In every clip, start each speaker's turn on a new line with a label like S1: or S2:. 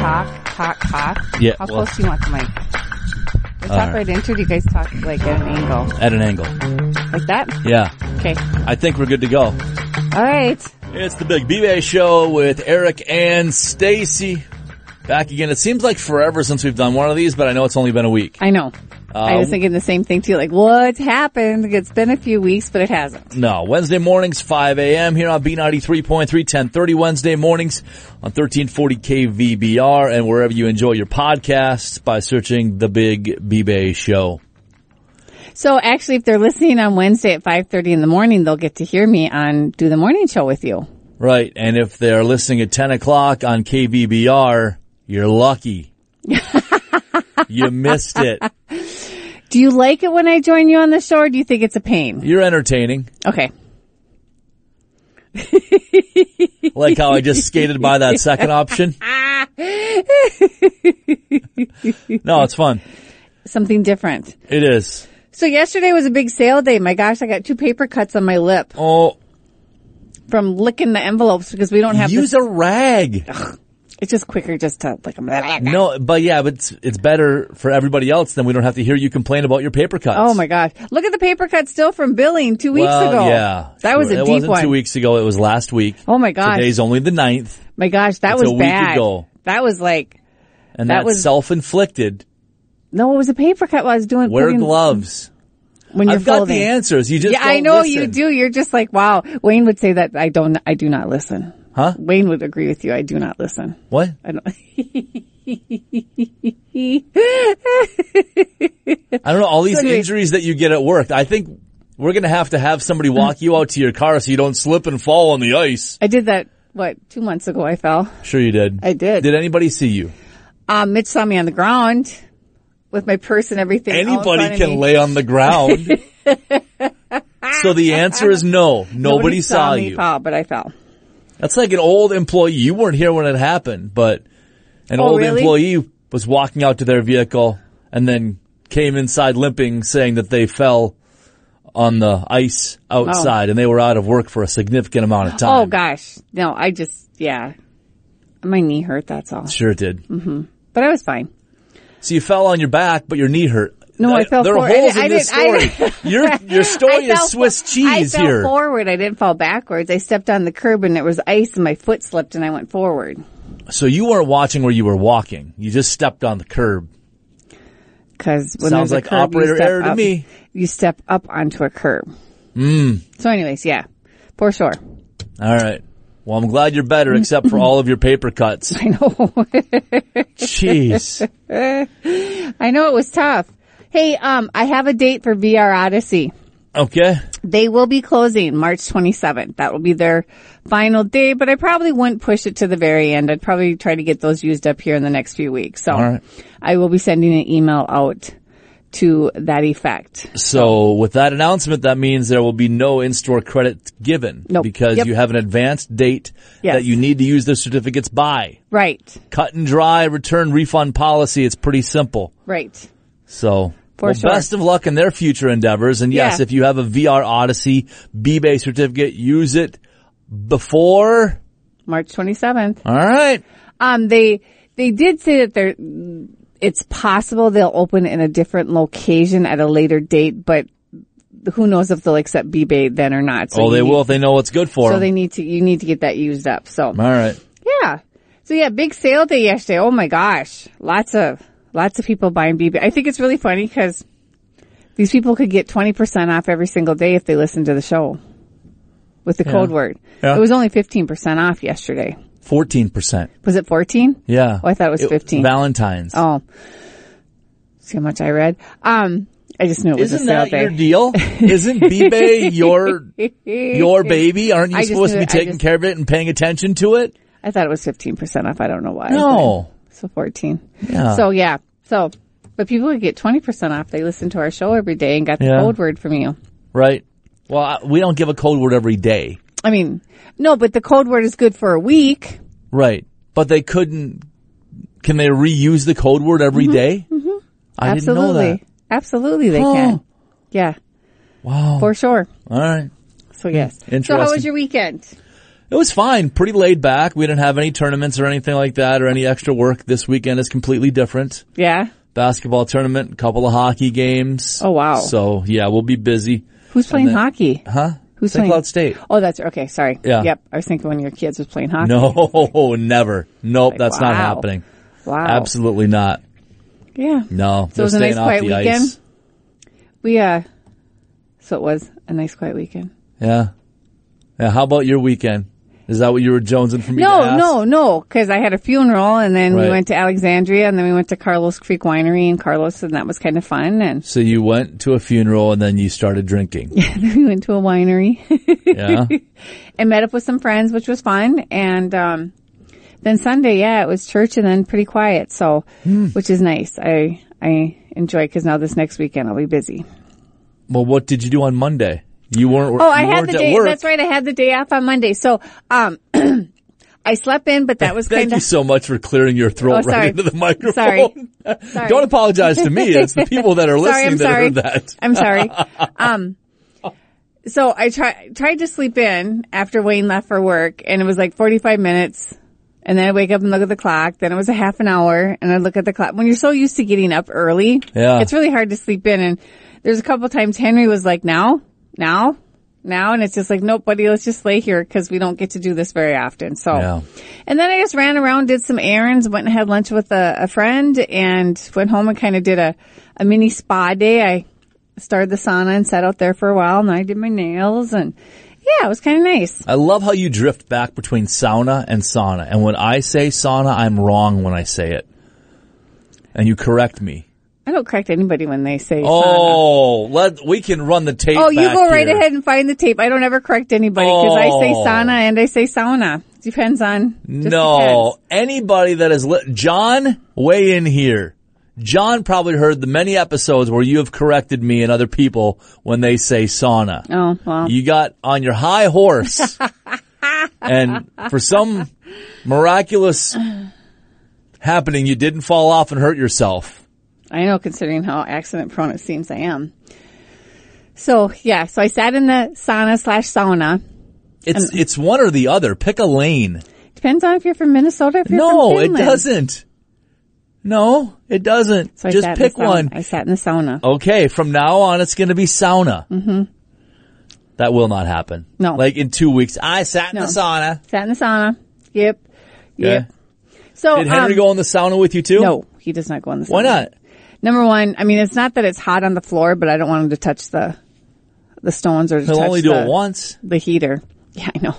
S1: cock cock?
S2: Yeah,
S1: How
S2: well- uh,
S1: close do you want the mic? We
S2: All
S1: talk
S2: right.
S1: right into. it, Do you guys talk like at an angle
S2: at an angle.
S1: like that?
S2: Yeah,
S1: Okay.
S2: I think we're good to go.
S1: All right.
S2: It's the Big B-Bay Show with Eric and Stacy. Back again. It seems like forever since we've done one of these, but I know it's only been a week.
S1: I know. I
S2: Um,
S1: was thinking the same thing too. Like, what's happened? It's been a few weeks, but it hasn't.
S2: No, Wednesday mornings, 5 a.m. here on B93.3, 1030 Wednesday mornings on 1340 KVBR and wherever you enjoy your podcasts by searching The Big B-Bay Show.
S1: So actually, if they're listening on Wednesday at five thirty in the morning, they'll get to hear me on do the morning show with you.
S2: Right. And if they're listening at 10 o'clock on KVBR, you're lucky. you missed it.
S1: Do you like it when I join you on the show, or do you think it's a pain?
S2: You're entertaining.
S1: Okay.
S2: Like how I just skated by that second option. no, it's fun.
S1: Something different.
S2: It is.
S1: So yesterday was a big sale day. My gosh, I got two paper cuts on my lip
S2: Oh,
S1: from licking the envelopes because we don't have.
S2: use
S1: This,
S2: a rag.
S1: it's just quicker just to like.
S2: No, but yeah, but it's, it's better for everybody else than we don't have to hear you complain about your paper cuts.
S1: Oh my gosh! Look at the paper cut still from Billing two weeks
S2: Well,
S1: ago.
S2: Yeah.
S1: that was a
S2: it
S1: deep
S2: wasn't
S1: one.
S2: two weeks ago. It was last week.
S1: Oh my gosh.
S2: Today's only the ninth,
S1: My gosh, that
S2: It's
S1: was
S2: a week
S1: bad.
S2: ago.
S1: That was like
S2: and
S1: That
S2: that's
S1: was-
S2: self-inflicted.
S1: no, it was a paper cut. While I was doing
S2: Wear
S1: putting-
S2: gloves.
S1: when you're
S2: I've got
S1: folding.
S2: the answers. You just
S1: Yeah, I
S2: don't
S1: know
S2: listen.
S1: you do. You're just like wow. Wayne would say that I don't. I do not listen.
S2: Huh?
S1: Wayne would agree with you. I do not listen.
S2: What?
S1: I don't.
S2: I don't know. All these
S1: anyway-
S2: injuries that you get at work. I think we're going to have to have somebody walk you out to your car so you don't slip and fall on the ice.
S1: I did that. What two months ago I fell.
S2: Sure you did.
S1: I did.
S2: Did anybody see you?
S1: Um, Mitch saw me on the ground with my purse and everything. all in front
S2: Anybody
S1: of
S2: can
S1: me.
S2: lay on the ground. so the answer is no. Nobody,
S1: Nobody
S2: saw,
S1: me
S2: you.
S1: fall, but I fell.
S2: That's like an old employee. You weren't here when it happened, but an
S1: Oh,
S2: old
S1: really?
S2: employee was walking out to their vehicle and then came inside limping saying that they fell on the ice outside and they were out of work for a significant amount of time.
S1: Oh gosh, no, I just yeah, my knee hurt. That's all,
S2: Sure it did.
S1: but I was fine.
S2: So you fell on your back, but your knee hurt.
S1: No, I
S2: Th-
S1: fell
S2: There are
S1: forward.
S2: holes
S1: I
S2: in this
S1: didn't- I
S2: story. your, Oh, your story
S1: I fell
S2: is Swiss
S1: fo-
S2: cheese
S1: I fell
S2: here.
S1: forward. I didn't fall backwards. I stepped on the curb and it was ice, and my foot slipped, and I went forward.
S2: So you weren't watching where you were walking. You just stepped on the curb.
S1: Because when
S2: Sounds
S1: there's a
S2: like
S1: curb, you
S2: operator
S1: step
S2: error to
S1: up-
S2: me. Hmm.
S1: You step up onto a curb. Mm. So, anyways, yeah, for sure.
S2: All right. Well, I'm glad you're better, except for all of your paper cuts.
S1: I know.
S2: Jeez.
S1: I know it was tough. Hey, um, I have a date for VR Odyssey.
S2: Okay.
S1: They will be closing March 27th. That will be their final day, but I probably wouldn't push it to the very end. I'd probably try to get those used up here in the next few weeks. So
S2: All right.
S1: I will be sending an email out to that effect.
S2: So with that announcement, that means there will be no in-store credit given
S1: Nope.
S2: because
S1: Yep.
S2: you have an advanced date
S1: Yes.
S2: that you need to use the certificates by.
S1: Right.
S2: Cut and dry return refund policy. It's pretty simple.
S1: Right.
S2: So
S1: For
S2: well,
S1: sure.
S2: best of luck in their future endeavors. And yes,
S1: Yeah.
S2: if you have a VR Odyssey B-Bay certificate, use it before.
S1: March 27th.
S2: All right.
S1: Um, they, they did say that they're, it's possible they'll open in a different location at a later date, but who knows if they'll accept B-Bay then or not. So
S2: well,
S1: you
S2: Oh, they
S1: need-
S2: will if they know what's good for
S1: So
S2: them.
S1: they need to, you need to get that used up. So.
S2: All right.
S1: Yeah. So yeah, big sale day yesterday. Oh my gosh. Lots of, lots of people buying BB. I think it's really funny because these people could get 20% off every single day if they listen to the show with the code word.
S2: Yeah.
S1: It was only 15% off yesterday.
S2: 14%.
S1: Was it 14?
S2: Yeah.
S1: Oh, I thought it was 15.
S2: Valentine's.
S1: Oh. See how much I read. Um, I just knew it was
S2: Isn't
S1: a sale
S2: that your
S1: day.
S2: deal? Isn't b your your baby? Aren't
S1: I
S2: you
S1: just
S2: supposed to
S1: knew
S2: be
S1: it. I
S2: taking
S1: just-
S2: care of it and paying attention to it?
S1: I thought it was 15% off. I don't know why.
S2: No.
S1: So 14.
S2: Yeah.
S1: So yeah. So, but people could get 20% off. They listen to our show every day and got the
S2: Yeah.
S1: code word from you.
S2: Right. Well, I, we don't give a code word every day.
S1: I mean, no, but the code word is good for a week.
S2: Right. But they couldn't. Can they reuse the code word every day? Mm-hmm. I
S1: Absolutely.
S2: didn't know that.
S1: Absolutely they
S2: Huh.
S1: can. Yeah,
S2: Wow.
S1: for sure.
S2: All right.
S1: So yes. So
S2: Interesting.
S1: how was your weekend?
S2: It was fine, pretty laid back. We didn't have any tournaments or anything like that or any extra work. This weekend is completely different.
S1: Yeah.
S2: Basketball tournament, couple of hockey games.
S1: Oh, wow.
S2: So yeah, we'll be busy.
S1: Who's playing
S2: then-
S1: hockey?
S2: Huh?
S1: Who's
S2: St.
S1: playing?
S2: Cloud State.
S1: Oh, that's okay. Sorry.
S2: Yeah.
S1: Yep. I was thinking one of your kids was playing hockey.
S2: No, never. Nope,
S1: Like,
S2: that's not
S1: wow.
S2: happening.
S1: Wow.
S2: Absolutely not.
S1: Yeah.
S2: No.
S1: So it
S2: they're
S1: was a
S2: staying
S1: nice
S2: off
S1: quiet
S2: the
S1: weekend?
S2: ice.
S1: We uh. So it was a nice quiet weekend.
S2: Yeah. Yeah. How about your weekend? Is that what you were jonesing for me to
S1: No,
S2: ask?
S1: no, no, because I had a funeral and then
S2: Right.
S1: we went to Alexandria and then we went to Carlos Creek Winery in Carlos and that was kind of fun and
S2: So you went to a funeral and then you started drinking.
S1: then we went to a winery
S2: Yeah.
S1: and met up with some friends, which was fun. And um, then Sunday, yeah, it was church and then pretty quiet, so
S2: Hmm.
S1: which is nice. I I enjoy because now this next weekend I'll be busy.
S2: well, what did you do on Monday? You weren't.
S1: Oh, I
S2: you
S1: had
S2: weren't
S1: the
S2: at
S1: day.
S2: Work.
S1: That's right. I had the day off on Monday. So, um, I slept in, but that was
S2: Thank
S1: kind
S2: you
S1: of.
S2: so much for clearing your throat
S1: Oh,
S2: right
S1: sorry.
S2: into the microphone.
S1: Sorry. Sorry.
S2: Don't apologize to me. It's the people that are
S1: Sorry, I'm
S2: listening that
S1: sorry.
S2: heard that.
S1: I'm sorry. Um, so I try, tried to sleep in after Wayne left for work and it was like 45 minutes. And then I wake up and look at the clock. Then it was a half an hour and I look at the clock. When you're so used to getting up early,
S2: Yeah.
S1: it's really hard to sleep in. And there's a couple times Henry was like, now, now, now. And it's just like, nope, buddy, let's just lay here because we don't get to do this very often. So,
S2: Yeah.
S1: and then I just ran around, did some errands, went and had lunch with a, a friend and went home and kind of did a, a mini spa day. I started the sauna and sat out there for a while and I did my nails and yeah, it was kind of nice.
S2: I love how you drift back between sauna and sauna. And when I say sauna, I'm wrong when I say it. And you correct me.
S1: I don't correct anybody when they say sauna.
S2: Oh, let we can run the tape.
S1: Oh, you
S2: back
S1: go right
S2: here.
S1: ahead and find the tape. I don't ever correct anybody because I say
S2: Oh.
S1: sauna and I say sauna. Depends on. just
S2: no,
S1: depends.
S2: anybody that is li- John, weigh in here. John probably heard the many episodes where you have corrected me and other people when they say sauna.
S1: Oh, well.
S2: You got on your high horse, and for some miraculous happening, you didn't fall off and hurt yourself.
S1: I know considering how accident prone it seems I am. So yeah, so I sat in the sauna slash sauna.
S2: It's it's one or the other. Pick a lane.
S1: Depends on if you're from Minnesota. If you're
S2: No,
S1: from
S2: it
S1: Finland.
S2: doesn't. No, it doesn't.
S1: So I
S2: Just
S1: sat in
S2: pick
S1: the sauna.
S2: one.
S1: I sat in the sauna.
S2: okay, from now on, it's going to be sauna. Mm-hmm. That will not happen.
S1: No.
S2: Like in two weeks, I sat in
S1: No.
S2: the sauna.
S1: Sat in the sauna. Yep. Yep.
S2: Okay.
S1: So
S2: Did Henry
S1: um,
S2: go in the sauna with you too?
S1: No, he does not go in the sauna.
S2: Why not?
S1: Number one, I mean, it's not that it's hot on the floor, but I don't want him to touch the the stones or to
S2: He'll
S1: touch
S2: only do
S1: the,
S2: it once.
S1: the heater. Yeah, I know.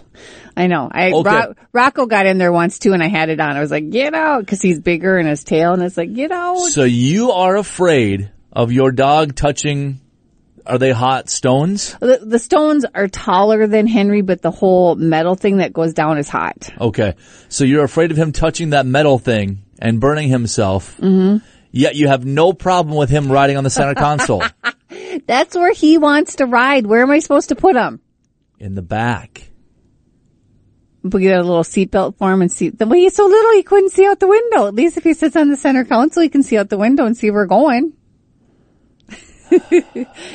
S1: I know. I
S2: Okay.
S1: Ro- Rocco got in there once too, and I had it on. I was like, "Get out," because he's bigger and his tail, and it's like, "Get out."
S2: So you are afraid of your dog touching? Are they hot stones?
S1: The, the stones are taller than Henry, but the whole metal thing that goes down is hot.
S2: Okay, so you're afraid of him touching that metal thing and burning himself. Mm-hmm. Yet you have no problem with him riding on the center console
S1: That's where he wants to ride. Where am I supposed to put him?
S2: in the back.
S1: We get a little seatbelt for him and see. Well, he's so little he couldn't see out the window. At least if he sits on the center console, he can see out the window and see where we're going.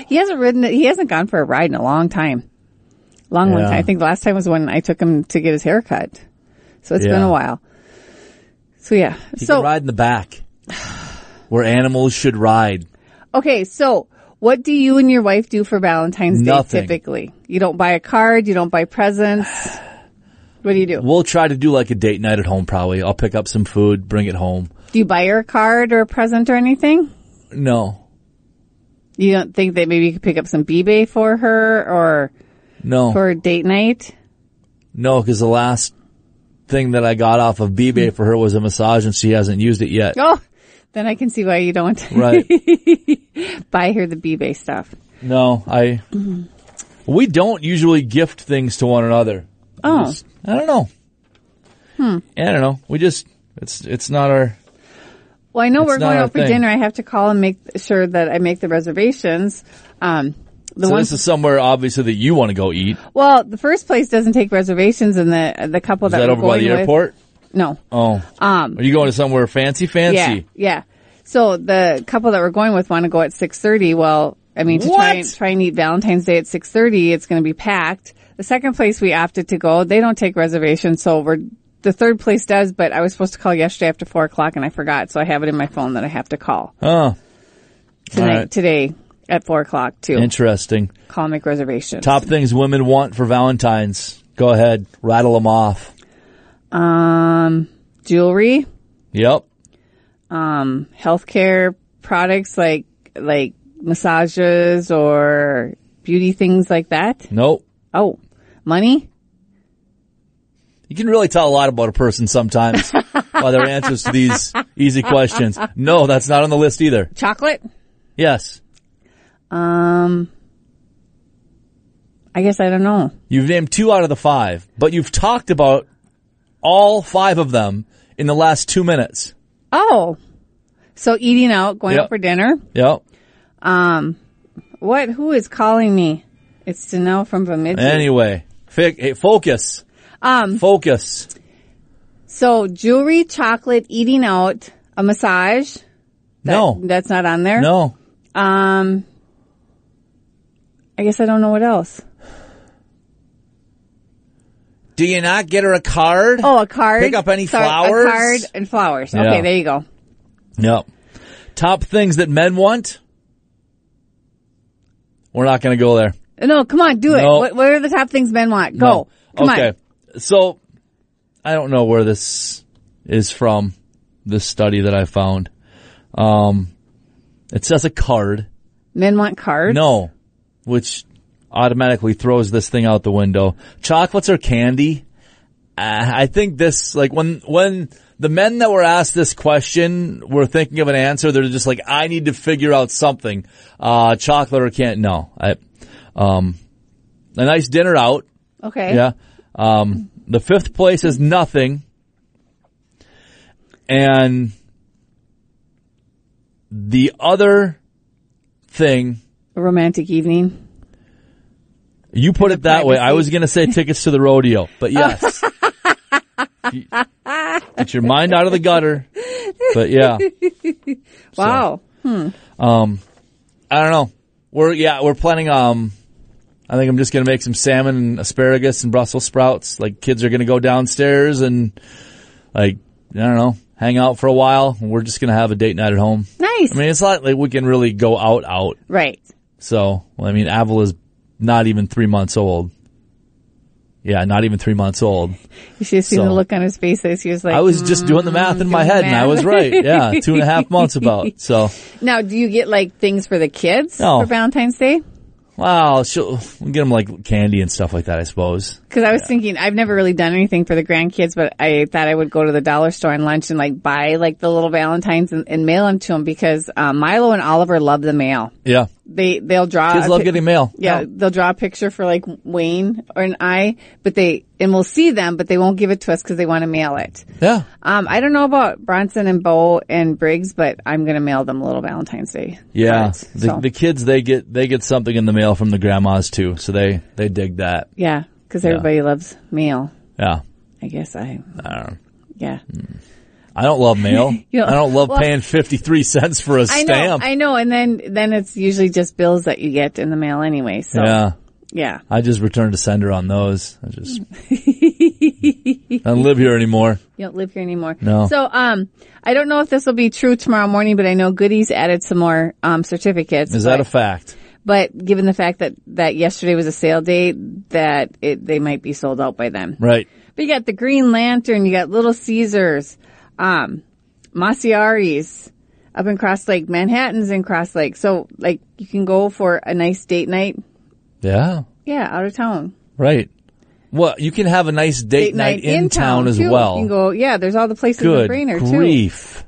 S1: he hasn't ridden. He hasn't gone for a ride in a long time. Long one
S2: Yeah.
S1: time. I think the last time was when I took him to get his hair cut. So it's been
S2: Yeah.
S1: a while. So yeah.
S2: He
S1: so
S2: can ride in the back, where animals should ride.
S1: Okay, so what do you and your wife do for Valentine's
S2: Nothing.
S1: Day typically? You don't buy a card, you don't buy presents. What do you do?
S2: We'll try to do like a date night at home. Probably, I'll pick up some food, bring it home.
S1: Do you buy her a card or a present or anything?
S2: No,
S1: You don't think that maybe you could pick up some b-bay for her or
S2: no,
S1: for a date night?
S2: no, because the last thing that I got off of B-Bay for her was a massage, and she hasn't used it yet.
S1: Oh, then I can see why you don't
S2: Right.
S1: buy her the b-bay stuff.
S2: No, I.
S1: Mm-hmm.
S2: We don't usually gift things to one another.
S1: Oh. Hmm.
S2: Just- I don't know. Yeah, I don't know. We just it's it's not our.
S1: Well, I know we're
S2: not
S1: going
S2: our
S1: out for
S2: thing.
S1: dinner. I have to call and make sure that I make the reservations. Um, the
S2: So
S1: one
S2: this is somewhere obviously that you want to go eat. Is
S1: well, the first place doesn't take reservations, and the the couple
S2: that
S1: we're
S2: over by
S1: going
S2: the
S1: with-
S2: airport?
S1: No,
S2: Oh,
S1: Um,
S2: are you going to somewhere fancy? Fancy?
S1: Yeah, yeah. So the couple that we're going with want to go at six thirty. Well, I mean to try
S2: What?
S1: and try and eat Valentine's Day at six thirty, it's going to be packed. The second place we opted to go, they don't take reservations, so we're the third place does. But I was supposed to call yesterday after four o'clock, and I forgot, so I have it in my phone that I have to call
S2: Oh,
S1: tonight
S2: right.
S1: today at four o'clock to
S2: interesting.
S1: call and make reservations.
S2: Top things women want for Valentine's. Go ahead, rattle them off.
S1: Um, jewelry,
S2: Yep.
S1: um, healthcare products like like massages or beauty things like that.
S2: Nope.
S1: Oh, money.
S2: You can really tell a lot about a person sometimes by their answers to these easy questions. No, that's not on the list either.
S1: chocolate.
S2: Yes.
S1: Um, I guess I don't know.
S2: You've named two out of the five, but you've talked about all five of them in the last two minutes.
S1: Oh, so eating out, going
S2: Yep.
S1: out for dinner.
S2: Yep.
S1: What? Who is calling me? It's Danelle from Bemidji.
S2: Anyway, fi- hey, focus. Um, focus.
S1: so jewelry, chocolate, eating out, a massage. That-
S2: No,
S1: that's not on there.
S2: no.
S1: Um, I guess I don't know what else.
S2: Do you not get her a card?
S1: Oh, a card.
S2: Pick up any
S1: Sorry,
S2: flowers?
S1: A card and flowers.
S2: Yeah.
S1: Okay, there you go.
S2: Yep. Top things that men want. We're not going to go there.
S1: No, come on, do it.
S2: No.
S1: What, what are the top things men want? Go.
S2: No.
S1: Oh, Come
S2: okay.
S1: on.
S2: So I don't know where this is from, this study that I found. Um, it says a card.
S1: Men want cards.
S2: No, which automatically throws this thing out the window. Chocolates or candy? Uh, I think this, like when, when the men that were asked this question were thinking of an answer, they're just like, I need to figure out something. Uh, chocolate or can't, no. I, um, a nice dinner out.
S1: Okay.
S2: Yeah. Um, the fifth place is nothing. And the other thing
S1: A romantic evening.
S2: You put it that way. I was going to say tickets to the rodeo, but yes. Get your mind out of the gutter. But yeah,
S1: Wow.
S2: I don't know. We're, yeah, we're planning, um, I think I'm just going to make some salmon and asparagus and Brussels sprouts. Like kids are going to go downstairs and like, I don't know, hang out for a while. We're just going to have a date night at home.
S1: Nice.
S2: I mean, it's not like we can really go out out.
S1: right.
S2: So, I mean, Avila's not even three months old. Yeah, not even three months old.
S1: You should have seen the
S2: So-
S1: look on his face as he was like,
S2: I was just doing the math in my head, and I was right. Yeah, two and a half months about. So,
S1: now do you get like things for the kids
S2: No.
S1: for Valentine's Day?
S2: wow, she'll we'll get them like candy and stuff like that, I suppose.
S1: Cause I was thinking, I've never really done anything for the grandkids, but I thought I would go to the dollar store and lunch and like buy like the little Valentines and, and mail them to them because um, Milo and Oliver love the mail.
S2: Yeah,
S1: They, they'll draw.
S2: kids
S1: a
S2: love
S1: pic-
S2: getting mail.
S1: Yeah, they'll draw a picture for like Wayne or an I, but they, and we'll see them, but they won't give it to us cause they want to mail it.
S2: yeah.
S1: Um, I don't know about Bronson and Bo and Briggs, but I'm gonna mail them a little Valentine's Day.
S2: Yeah,
S1: cards.
S2: the,
S1: So,
S2: the kids they get they get something in the mail from the grandmas too, so they they dig that.
S1: yeah, because everybody loves mail.
S2: Yeah,
S1: I guess I.
S2: don't
S1: Yeah,
S2: Mm. I don't love mail.
S1: You know,
S2: I don't love
S1: well-
S2: paying fifty three cents for a
S1: I
S2: stamp.
S1: know. I know. And then then it's usually just bills that you get in the mail anyway. So yeah,
S2: yeah, I just return to sender on those. I just I don't live here anymore.
S1: you don't live here anymore.
S2: No.
S1: So um, I don't know if this will be true tomorrow morning, but I know Goodies added some more um certificates.
S2: Is that a
S1: but,
S2: fact?
S1: but given the fact that that yesterday was a sale day, that it they might be sold out by then.
S2: Right.
S1: But you got the Green Lantern, you got Little Caesars, um, Masiari's up in Cross Lake, Manhattan's in Cross Lake. So like you can go for a nice date night.
S2: Yeah.
S1: Yeah, out of town.
S2: Right. Well, you can have a nice date,
S1: Date
S2: night, in, town, as
S1: too.
S2: well.
S1: You can go, yeah, there's all the places
S2: Good
S1: in Brainerd too.
S2: grief.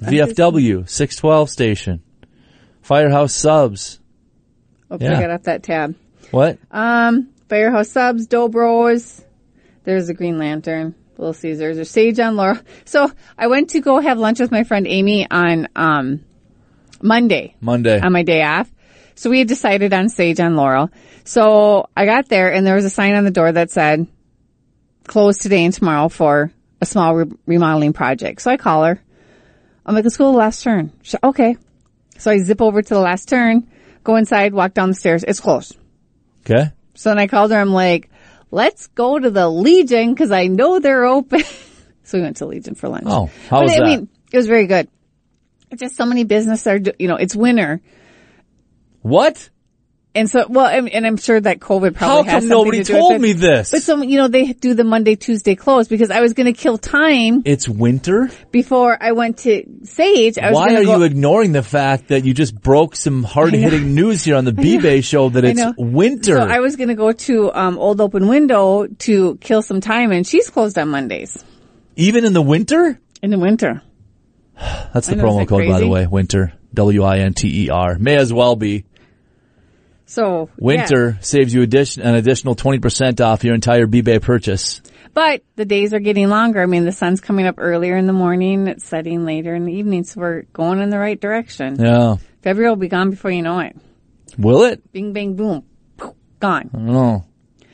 S2: VFW six twelve station, Firehouse Subs.
S1: Oops,
S2: Yeah.
S1: I got off that tab.
S2: What?
S1: Um, Firehouse Subs, Dobros. There's the Green Lantern, Little Caesars, or Sage on Laurel. So I went to go have lunch with my friend Amy on um, Monday.
S2: Monday.
S1: on my day off. So we had decided on Sage on Laurel. So I got there and there was a sign on the door that said, closed today and tomorrow for a small re- remodeling project. So I call her. I'm like, let's go to the last turn. She, okay. So I zip over to the last turn, go inside, walk down the stairs. It's closed.
S2: okay.
S1: So then I called her. I'm like, let's go to the Legion because I know they're open. so we went to Legion for lunch.
S2: Oh, how
S1: But
S2: was
S1: I
S2: that?
S1: mean, it was very good. It's just so many businesses are, do- you know, it's winter.
S2: What?
S1: And so, well, and, and I'm sure that COVID probably
S2: How
S1: has
S2: come
S1: something
S2: nobody
S1: to do with
S2: told
S1: it.
S2: me this?
S1: But so, you know, they do the Monday, Tuesday close because I was going to kill time
S2: it's winter.
S1: before I went to Sage. I was
S2: Why
S1: gonna
S2: are
S1: go-
S2: you ignoring the fact that you just broke some hard-hitting news here on the B-Bay show that it's
S1: know.
S2: winter?
S1: So I was going to go to um, Old Open Window to kill some time, and she's closed on Mondays
S2: Even in the winter?
S1: in the winter.
S2: That's the
S1: I know,
S2: promo
S1: isn't it
S2: code, by the
S1: crazy?
S2: way. Winter. W-I-N-T-E-R. E May as well be.
S1: So yeah.
S2: Winter saves you addition, an additional 20% off your entire B-Bay purchase.
S1: but the days are getting longer. I mean, the sun's coming up earlier in the morning; it's setting later in the evening, so we're going in the right direction.
S2: Yeah.
S1: February will be gone before you know it.
S2: Will it?
S1: Bing, bang, boom, gone.
S2: Oh.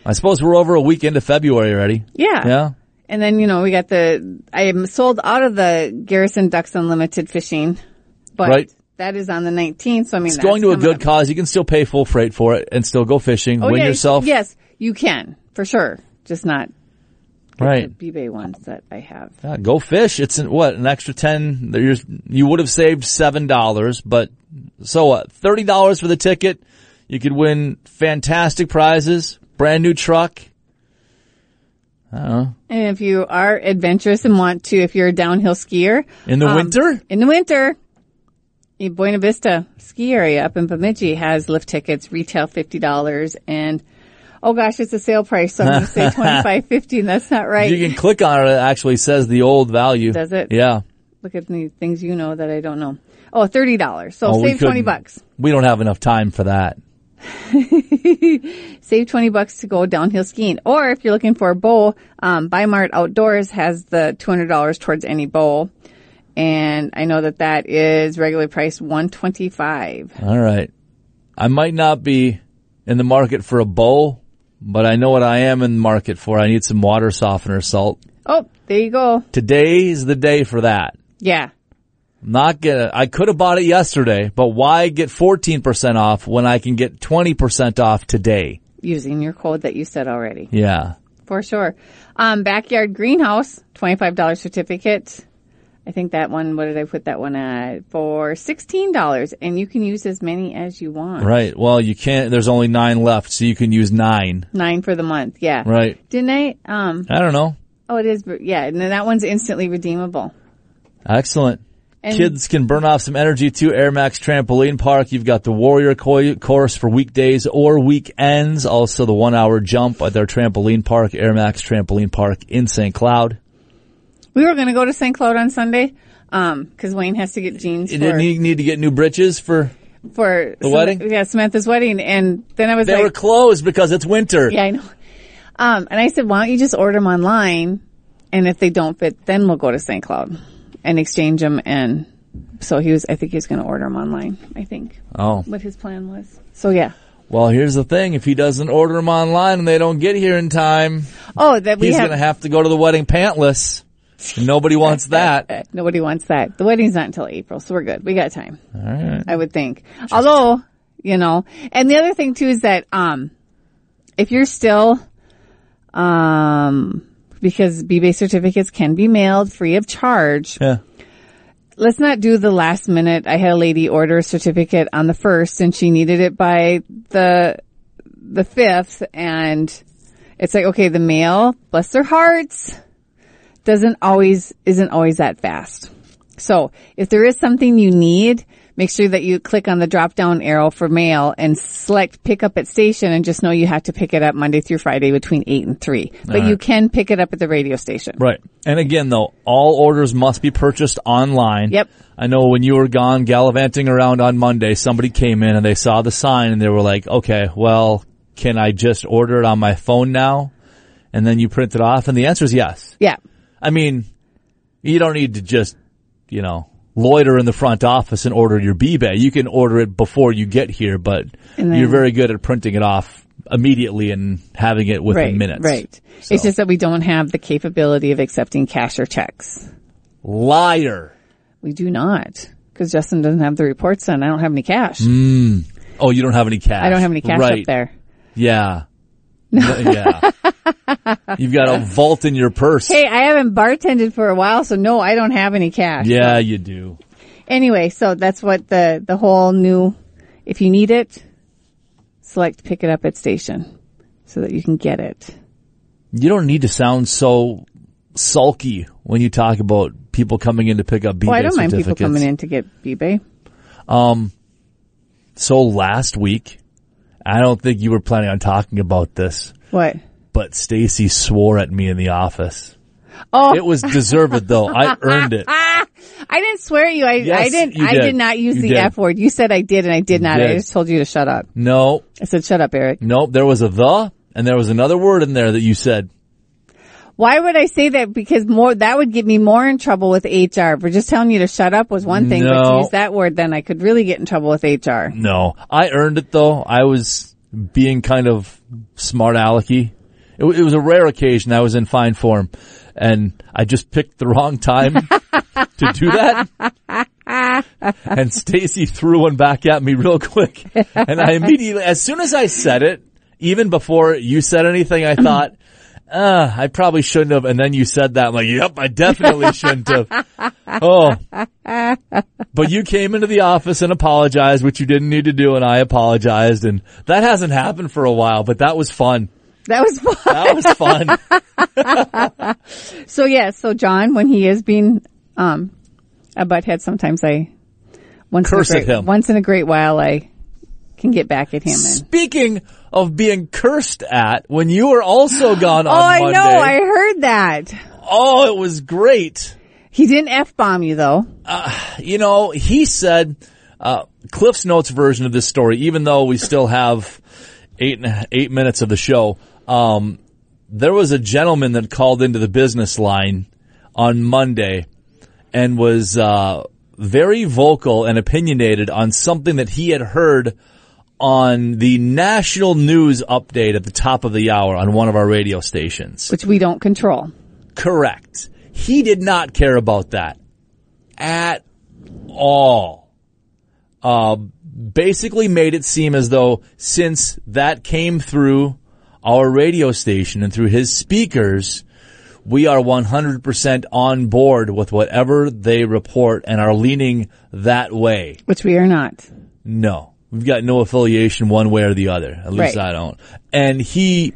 S2: I suppose we're over a week into February already.
S1: Yeah.
S2: Yeah.
S1: And then you know we got the I am sold out of the Garrison Ducks Unlimited fishing, but
S2: Right.
S1: that is on the 19th. So I mean,
S2: It's going to a good
S1: up. Oh,
S2: cause. You can still pay full freight for it and still go fishing. Win
S1: yeah,
S2: yourself.
S1: Yes, you can for sure. Just not
S2: Right.
S1: the B-Bay ones that I have.
S2: Yeah, go fish. It's an, what an extra ten. You're, you would have saved seven dollars, but so what? Thirty dollars for the ticket. You could win fantastic prizes, brand new truck.
S1: And if you are adventurous and want to, if you're a downhill skier
S2: In the
S1: um,
S2: winter?
S1: in the winter, the Buena Vista ski area up in Bemidji has lift tickets, retail fifty dollars, and oh gosh, it's a sale price, so I'm going to say twenty five fifty, and that's not right.
S2: You can click on it. It actually says the old value.
S1: Does it?
S2: Yeah.
S1: Look at the things you know that I don't know. Oh, thirty dollars. So
S2: Oh, we
S1: save twenty
S2: couldn't-
S1: bucks.
S2: We don't have enough time for that.
S1: save 20 bucks to go downhill skiing. Or if you're looking for a bowl, um, Bimart Outdoors has the $200 towards any bowl. And I know that that is regularly priced 125.
S2: All right. I might not be in the market for a bowl, but I know what I am in the market for. I need some water softener salt.
S1: Oh, there you go.
S2: Today's the day for that.
S1: Yeah.
S2: Not gonna. I could have bought it yesterday, but why get fourteen percent off when I can get twenty percent off today?
S1: Using your code that you said already.
S2: Yeah,
S1: For sure. Um, backyard greenhouse, $25 certificate. I think that one, what did I put that one at? For $16. And you can use as many as you want.
S2: right. Well, you can't. There's only nine left, so you can use nine.
S1: Nine for the month. Yeah.
S2: Right.
S1: Didn't I? Um,
S2: I don't know.
S1: Oh, it is. Yeah, and then that one's instantly redeemable.
S2: Excellent.
S1: And-
S2: Kids can burn off some energy too. Air Max Trampoline Park. You've got the Warrior co- course for weekdays or weekends. Also the one hour jump at their trampoline park, Air Max Trampoline Park in St. Cloud.
S1: We were going to go to St. Cloud on Sunday because Wayne has to get jeans
S2: You
S1: for,
S2: didn't need- need to get new britches for,
S1: for the
S2: wedding?
S1: Yeah, Samantha's wedding, and then I was
S2: they
S1: like,
S2: were closed because it's winter.
S1: "Yeah, I know." Um, and I said, "Why don't you just order them online? And if they don't fit, then we'll go to St. Cloud and exchange them." And so he was. I think he was going to order them online. I think
S2: Oh.
S1: what his plan was. So yeah.
S2: Well, here's the thing: if he doesn't order them online and they don't get here in time,
S1: Oh, that we
S2: he's
S1: have.
S2: going to have to go to the wedding pantless. And Nobody wants that.
S1: Nobody wants that. The wedding's not until April, so we're good. We got time.
S2: All right.
S1: I would think. Although, you know, and the other thing too is that, um, if you're still, um, because B-Bay certificates can be mailed free of charge.
S2: Yeah.
S1: Let's not do the last minute. I had a lady order a certificate on the first and she needed it by the, the fifth and it's like, okay, the mail, bless their hearts, doesn't always, isn't always that fast. So if there is something you need, make sure that you click on the drop down arrow for mail and select pick up at station and just know you have to pick it up Monday through Friday between eight and three, but you can pick it up at the radio station.
S2: Right. And again, though, all orders must be purchased online.
S1: Yep.
S2: I know when you were gone gallivanting around on Monday, somebody came in and they saw the sign and they were like, okay, well, can I just order it on my phone now? And then you print it off and the answer is yes.
S1: Yeah.
S2: I mean, you don't need to just, you know, loiter in the front office and order your B-Bay. You can order it before you get here, but
S1: And then-
S2: you're very good at printing it off immediately and having it within
S1: Right.
S2: minutes.
S1: Right.
S2: So-
S1: It's just that we don't have the capability of accepting cash or checks.
S2: Liar.
S1: We do not because Justin doesn't have the reports done. I don't have any cash.
S2: Oh, you don't have any cash.
S1: I don't have any cash
S2: Mm. right.
S1: up there.
S2: Yeah. yeah. You've got a vault in your purse.
S1: Hey, I haven't bartended for a while, so no, I don't have any cash.
S2: Yeah, you do.
S1: Anyway, so that's what the, the whole new, if you need it, select pick it up at station so that you can get it.
S2: You don't need to sound so sulky when you talk about people coming in to pick up b
S1: Well, I don't mind
S2: certificates.
S1: people coming in to get b
S2: So last week, I don't think you were planning on talking about this,
S1: What?
S2: but Stacy swore at me in the office.
S1: Oh.
S2: It was deserved though. I earned it.
S1: Ah, I didn't swear at you. I,
S2: Yes,
S1: I didn't.
S2: you
S1: I
S2: did.
S1: did not use
S2: You
S1: the
S2: did.
S1: F word. You said I did, and I did not. I
S2: did.
S1: just told you to shut up.
S2: No,
S1: I said, "Shut up, Eric."
S2: no, there was a the and there was another word in there that you said.
S1: Why would I say that? Because more that would get me more in trouble with HR. But just telling you to shut up was one thing, but
S2: No.
S1: to use that word, then I could really get in trouble with HR.
S2: No, I earned it though. I was being kind of smart alecky. It, wa- it was a rare occasion. I was in fine form and I just picked the wrong time to do that. and Stacy threw one back at me real quick. And I immediately, as soon as I said it, even before you said anything, I thought, uh, I probably shouldn't have. And then you said that. I'm like, yep, I definitely shouldn't have. Oh, but you came into the office and apologized, which you didn't need to do, and I apologized, and that hasn't happened for a while, but that was fun.
S1: That was fun.
S2: That was fun.
S1: so. Yeah. So John, when he is being um a butthead, sometimes I once in a
S2: Curse at
S1: great,
S2: him.
S1: Once in a great while, I can get back at him. And,
S2: Speaking of being cursed at, when you were also gone on
S1: oh, I
S2: Monday,
S1: know. I heard that.
S2: oh, it was great.
S1: He didn't f bomb you though.
S2: You know, he said uh, Cliff's Notes version of this story, even though we still have eight and- eight minutes of the show. Um, there was a gentleman that called into the business line on Monday and was uh, very vocal and opinionated on something that he had heard on the national news update at the top of the hour on one of our radio stations.
S1: which we don't control.
S2: Correct. He did not care about that at all. Uh, basically made it seem as though since that came through our radio station and through his speakers, we are 100% on board with whatever they report and are leaning that way.
S1: Which we are not.
S2: No, we've got no affiliation one way or the other. At least
S1: Right.
S2: I don't. And he,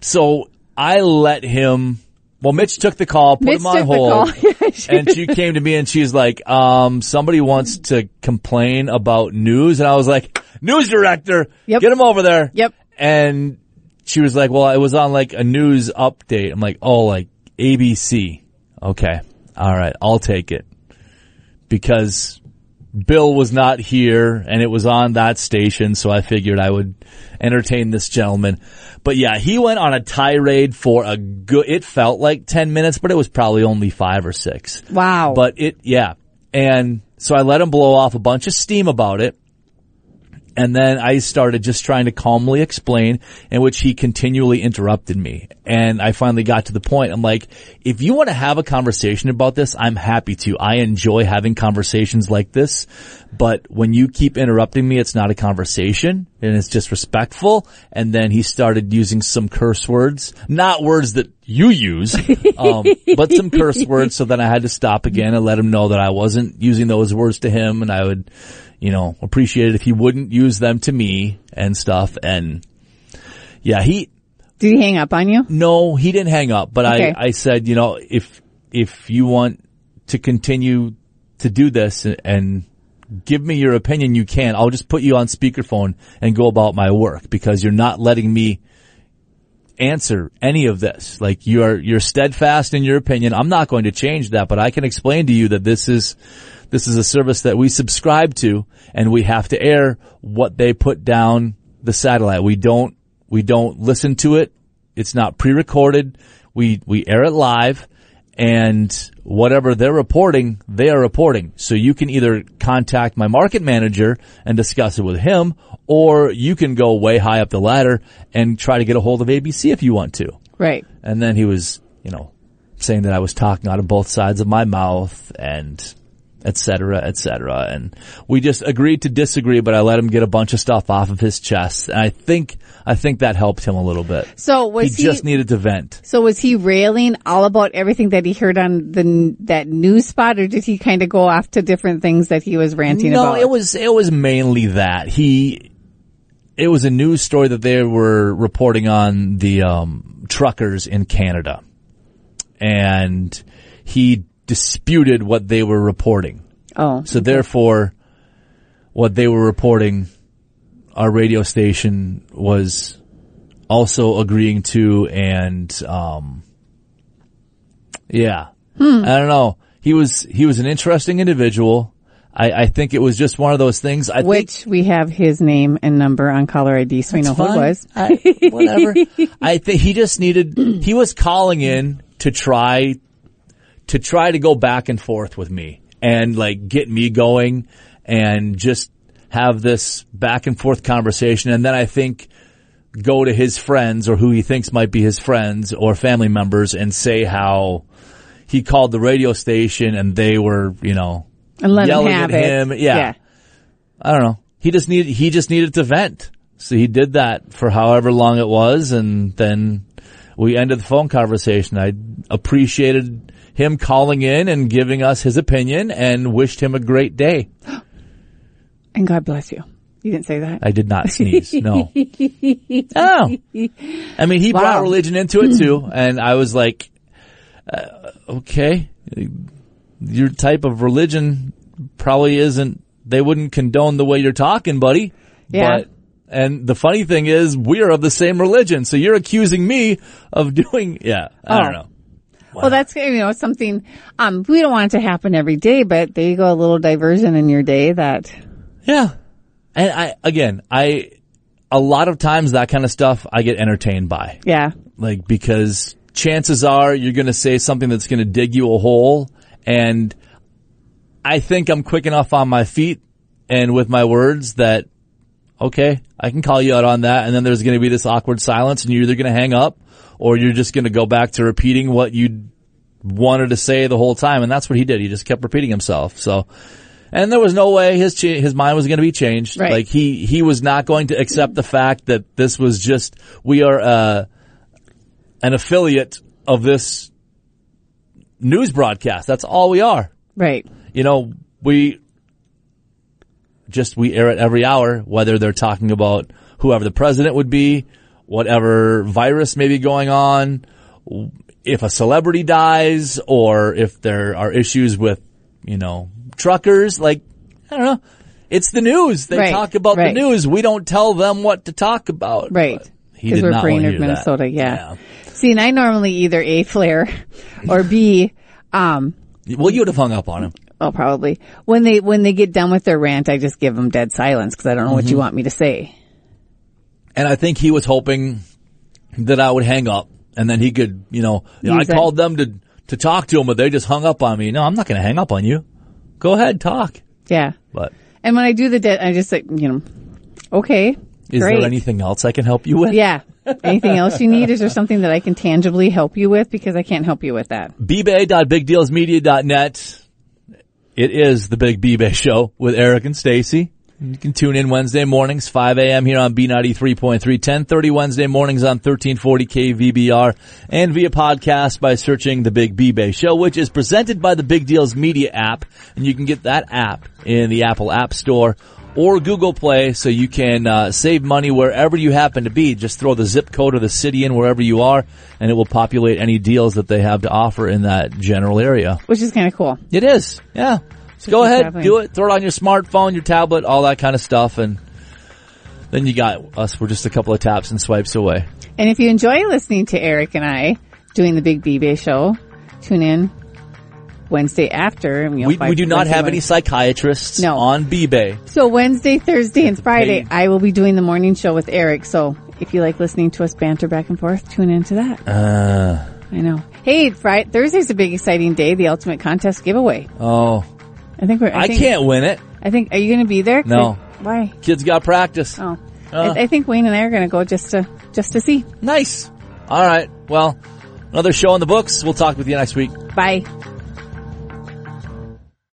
S2: so I let him. Well, Mitch took the call, put
S1: Mitch
S2: him on
S1: took the
S2: hold,
S1: call. Yeah, she-
S2: and she came to me and she's like, um, "Somebody wants to complain about news," and I was like, "News director,
S1: Yep.
S2: get him over there."
S1: Yep.
S2: And she was like, "Well, it was on like a news update." I'm like, "Oh, like ABC." Okay, all right, I'll take it because Bill was not here and it was on that station, so I figured I would entertain this gentleman. But yeah, he went on a tirade for a good, it felt like 10 minutes, but it was probably only five or six.
S1: Wow.
S2: But it, yeah. And so I let him blow off a bunch of steam about it. And then I started just trying to calmly explain in which he continually interrupted me. And I finally got to the point. I'm like, if you want to have a conversation about this, I'm happy to. I enjoy having conversations like this. But when you keep interrupting me, it's not a conversation and it's disrespectful. And then he started using some curse words, not words that you use, um, but some curse words. So then I had to stop again and let him know that I wasn't using those words to him and I would, you know, appreciate it if he wouldn't use them to me and stuff. And yeah, he,
S1: Did he hang up on you?
S2: no, he didn't hang up, but
S1: Okay.
S2: I, I said, you know, if, if you want to continue to do this and, and give me your opinion, you can. I'll just put you on speakerphone and go about my work because you're not letting me answer any of this. Like you are, you're steadfast in your opinion. I'm not going to change that, but I can explain to you that this is, this is a service that we subscribe to and we have to air what they put down the satellite. We don't, we don't listen to it. It's not pre-recorded. We, we air it live and whatever they're reporting, they are reporting. So you can either contact my market manager and discuss it with him, or you can go way high up the ladder and try to get a hold of ABC if you want to.
S1: Right.
S2: And then he was, you know, saying that I was talking out of both sides of my mouth and et cetera, et cetera. And we just agreed to disagree, but I let him get a bunch of stuff off of his chest. And I think, I think that helped him a little bit.
S1: So
S2: He
S1: was he,
S2: just needed to vent.
S1: so was he railing all about everything that he heard on the that news spot, or did he kind of go off to different things that he was ranting
S2: no,
S1: about?
S2: it was it was mainly that he. It was a news story that they were reporting on the um, truckers in Canada, and he disputed what they were reporting.
S1: oh,
S2: So therefore, what they were reporting, our radio station was also agreeing to, and um, yeah, I don't know. He was he was an interesting individual. I, I think it was just one of those things. I think
S1: which we have his name and number on caller ID, so we know who it
S2: fine.
S1: was.
S2: I, whatever. I think he just needed. He was calling in to try to try to go back and forth with me and like get me going and just have this back and forth conversation. And then I think go to his friends or who he thinks might be his friends or family members and say how he called the radio station and they were, you know,
S1: And let him
S2: yelling
S1: have
S2: at
S1: it.
S2: him. Yeah. I don't know. He just needed he just needed to vent. So he did that for however long it was and then we ended the phone conversation. I appreciated him calling in and giving us his opinion and wished him a great day.
S1: And God bless you. You didn't say that.
S2: I did not sneeze. No. oh. I mean, he brought
S1: Wow.
S2: religion into it too. And I was like, uh, okay, your type of religion probably isn't, they wouldn't condone the way you're talking, buddy.
S1: Yeah.
S2: But, and the funny thing is we are of the same religion. So you're accusing me of doing, yeah, I
S1: Oh.
S2: don't know.
S1: Well, that's you know something. Um, we don't want it to happen every day, but there you go, a little diversion in your day. That
S2: Yeah. And I, again, I, a lot of times that kind of stuff I get entertained by.
S1: yeah,
S2: like because chances are you're going to say something that's going to dig you a hole and i think i'm quick enough on my feet and with my words that okay i can call you out on that and then there's going to be this awkward silence and you're either going to hang up or you're just going to go back to repeating what you wanted to say the whole time and that's what he did he just kept repeating himself so and there was no way his cha- his mind was going to be changed
S1: Right.
S2: like he he was not going to accept the fact that this was just we are uh an affiliate of this news broadcast. That's all we are.
S1: right.
S2: You know, we just we air it every hour, whether they're talking about whoever the president would be, whatever virus may be going on, w- if a celebrity dies, or if there are issues with, you know, truckers. Like, I don't know. It's the news. They
S1: Right,
S2: talk about
S1: right.
S2: the news. We don't tell them what to talk about.
S1: Right.
S2: But He
S1: Because
S2: did
S1: we're
S2: not want to
S1: Brainerd,
S2: hear that.
S1: Minnesota. Yeah. See, and I normally either A, flare, or B, um,
S2: yeah. Well, you would have hung up on him.
S1: oh, probably when they, when they get done with their rant, I just give them dead silence because I don't know what you
S2: Mm-hmm.
S1: want me to say.
S2: And I think he was hoping that I would hang up and then he could, you know, you know, I
S1: Use it.
S2: called them to, to talk to him, but they just hung up on me. No, I'm not going to hang up on you. Go ahead, talk.
S1: Yeah.
S2: But
S1: And when I do the dead, I just like, you know, okay.
S2: is
S1: great.
S2: there anything else I can help you with?
S1: Yeah. Anything else you need? Is there something that I can tangibly help you with? Because I can't help you with that.
S2: bbay.bigdealsmedia.net. It is the Big B-Bay Show with Eric and Stacy. You can tune in Wednesday mornings, 5 a.m. here on B93.3, 1030 Wednesday mornings on 1340K VBR and via podcast by searching the Big B-Bay Show, which is presented by the Big Deals Media app. And you can get that app in the Apple App Store or Google Play so you can uh, save money wherever you happen to be. Just throw the zip code or the city in wherever you are and it will populate any deals that they have to offer in that general area.
S1: Which is kind of cool.
S2: It is. Yeah. So go
S1: keep
S2: ahead,
S1: traveling.
S2: do it. Throw it on your smartphone, your tablet, all that kind of stuff, and then you got us. We're just a couple of taps and swipes away.
S1: And if you enjoy listening to Eric and I doing the Big B Bay show, tune in Wednesday after. And you'll
S2: We,
S1: find
S2: we do not
S1: Wednesday
S2: have
S1: morning.
S2: any psychiatrists
S1: No.
S2: on B-Bay.
S1: So Wednesday, Thursday, and Friday,
S2: Hey.
S1: I will be doing the morning show with Eric. So if you like listening to us banter back and forth, tune into that.
S2: Uh-huh.
S1: I know. Hey, Friday, Thursday's a big exciting day. The ultimate contest giveaway.
S2: Oh,
S1: I think we're. I,
S2: I,
S1: think,
S2: can't win it.
S1: I think. Are you going to be there? 'Cause
S2: No.
S1: I- Why?
S2: Kids got practice.
S1: Oh.
S2: Uh.
S1: I, I think Wayne and I are going to go just to just to see.
S2: Nice. All right. Well, another show on the books. We'll talk with you next week.
S1: Bye.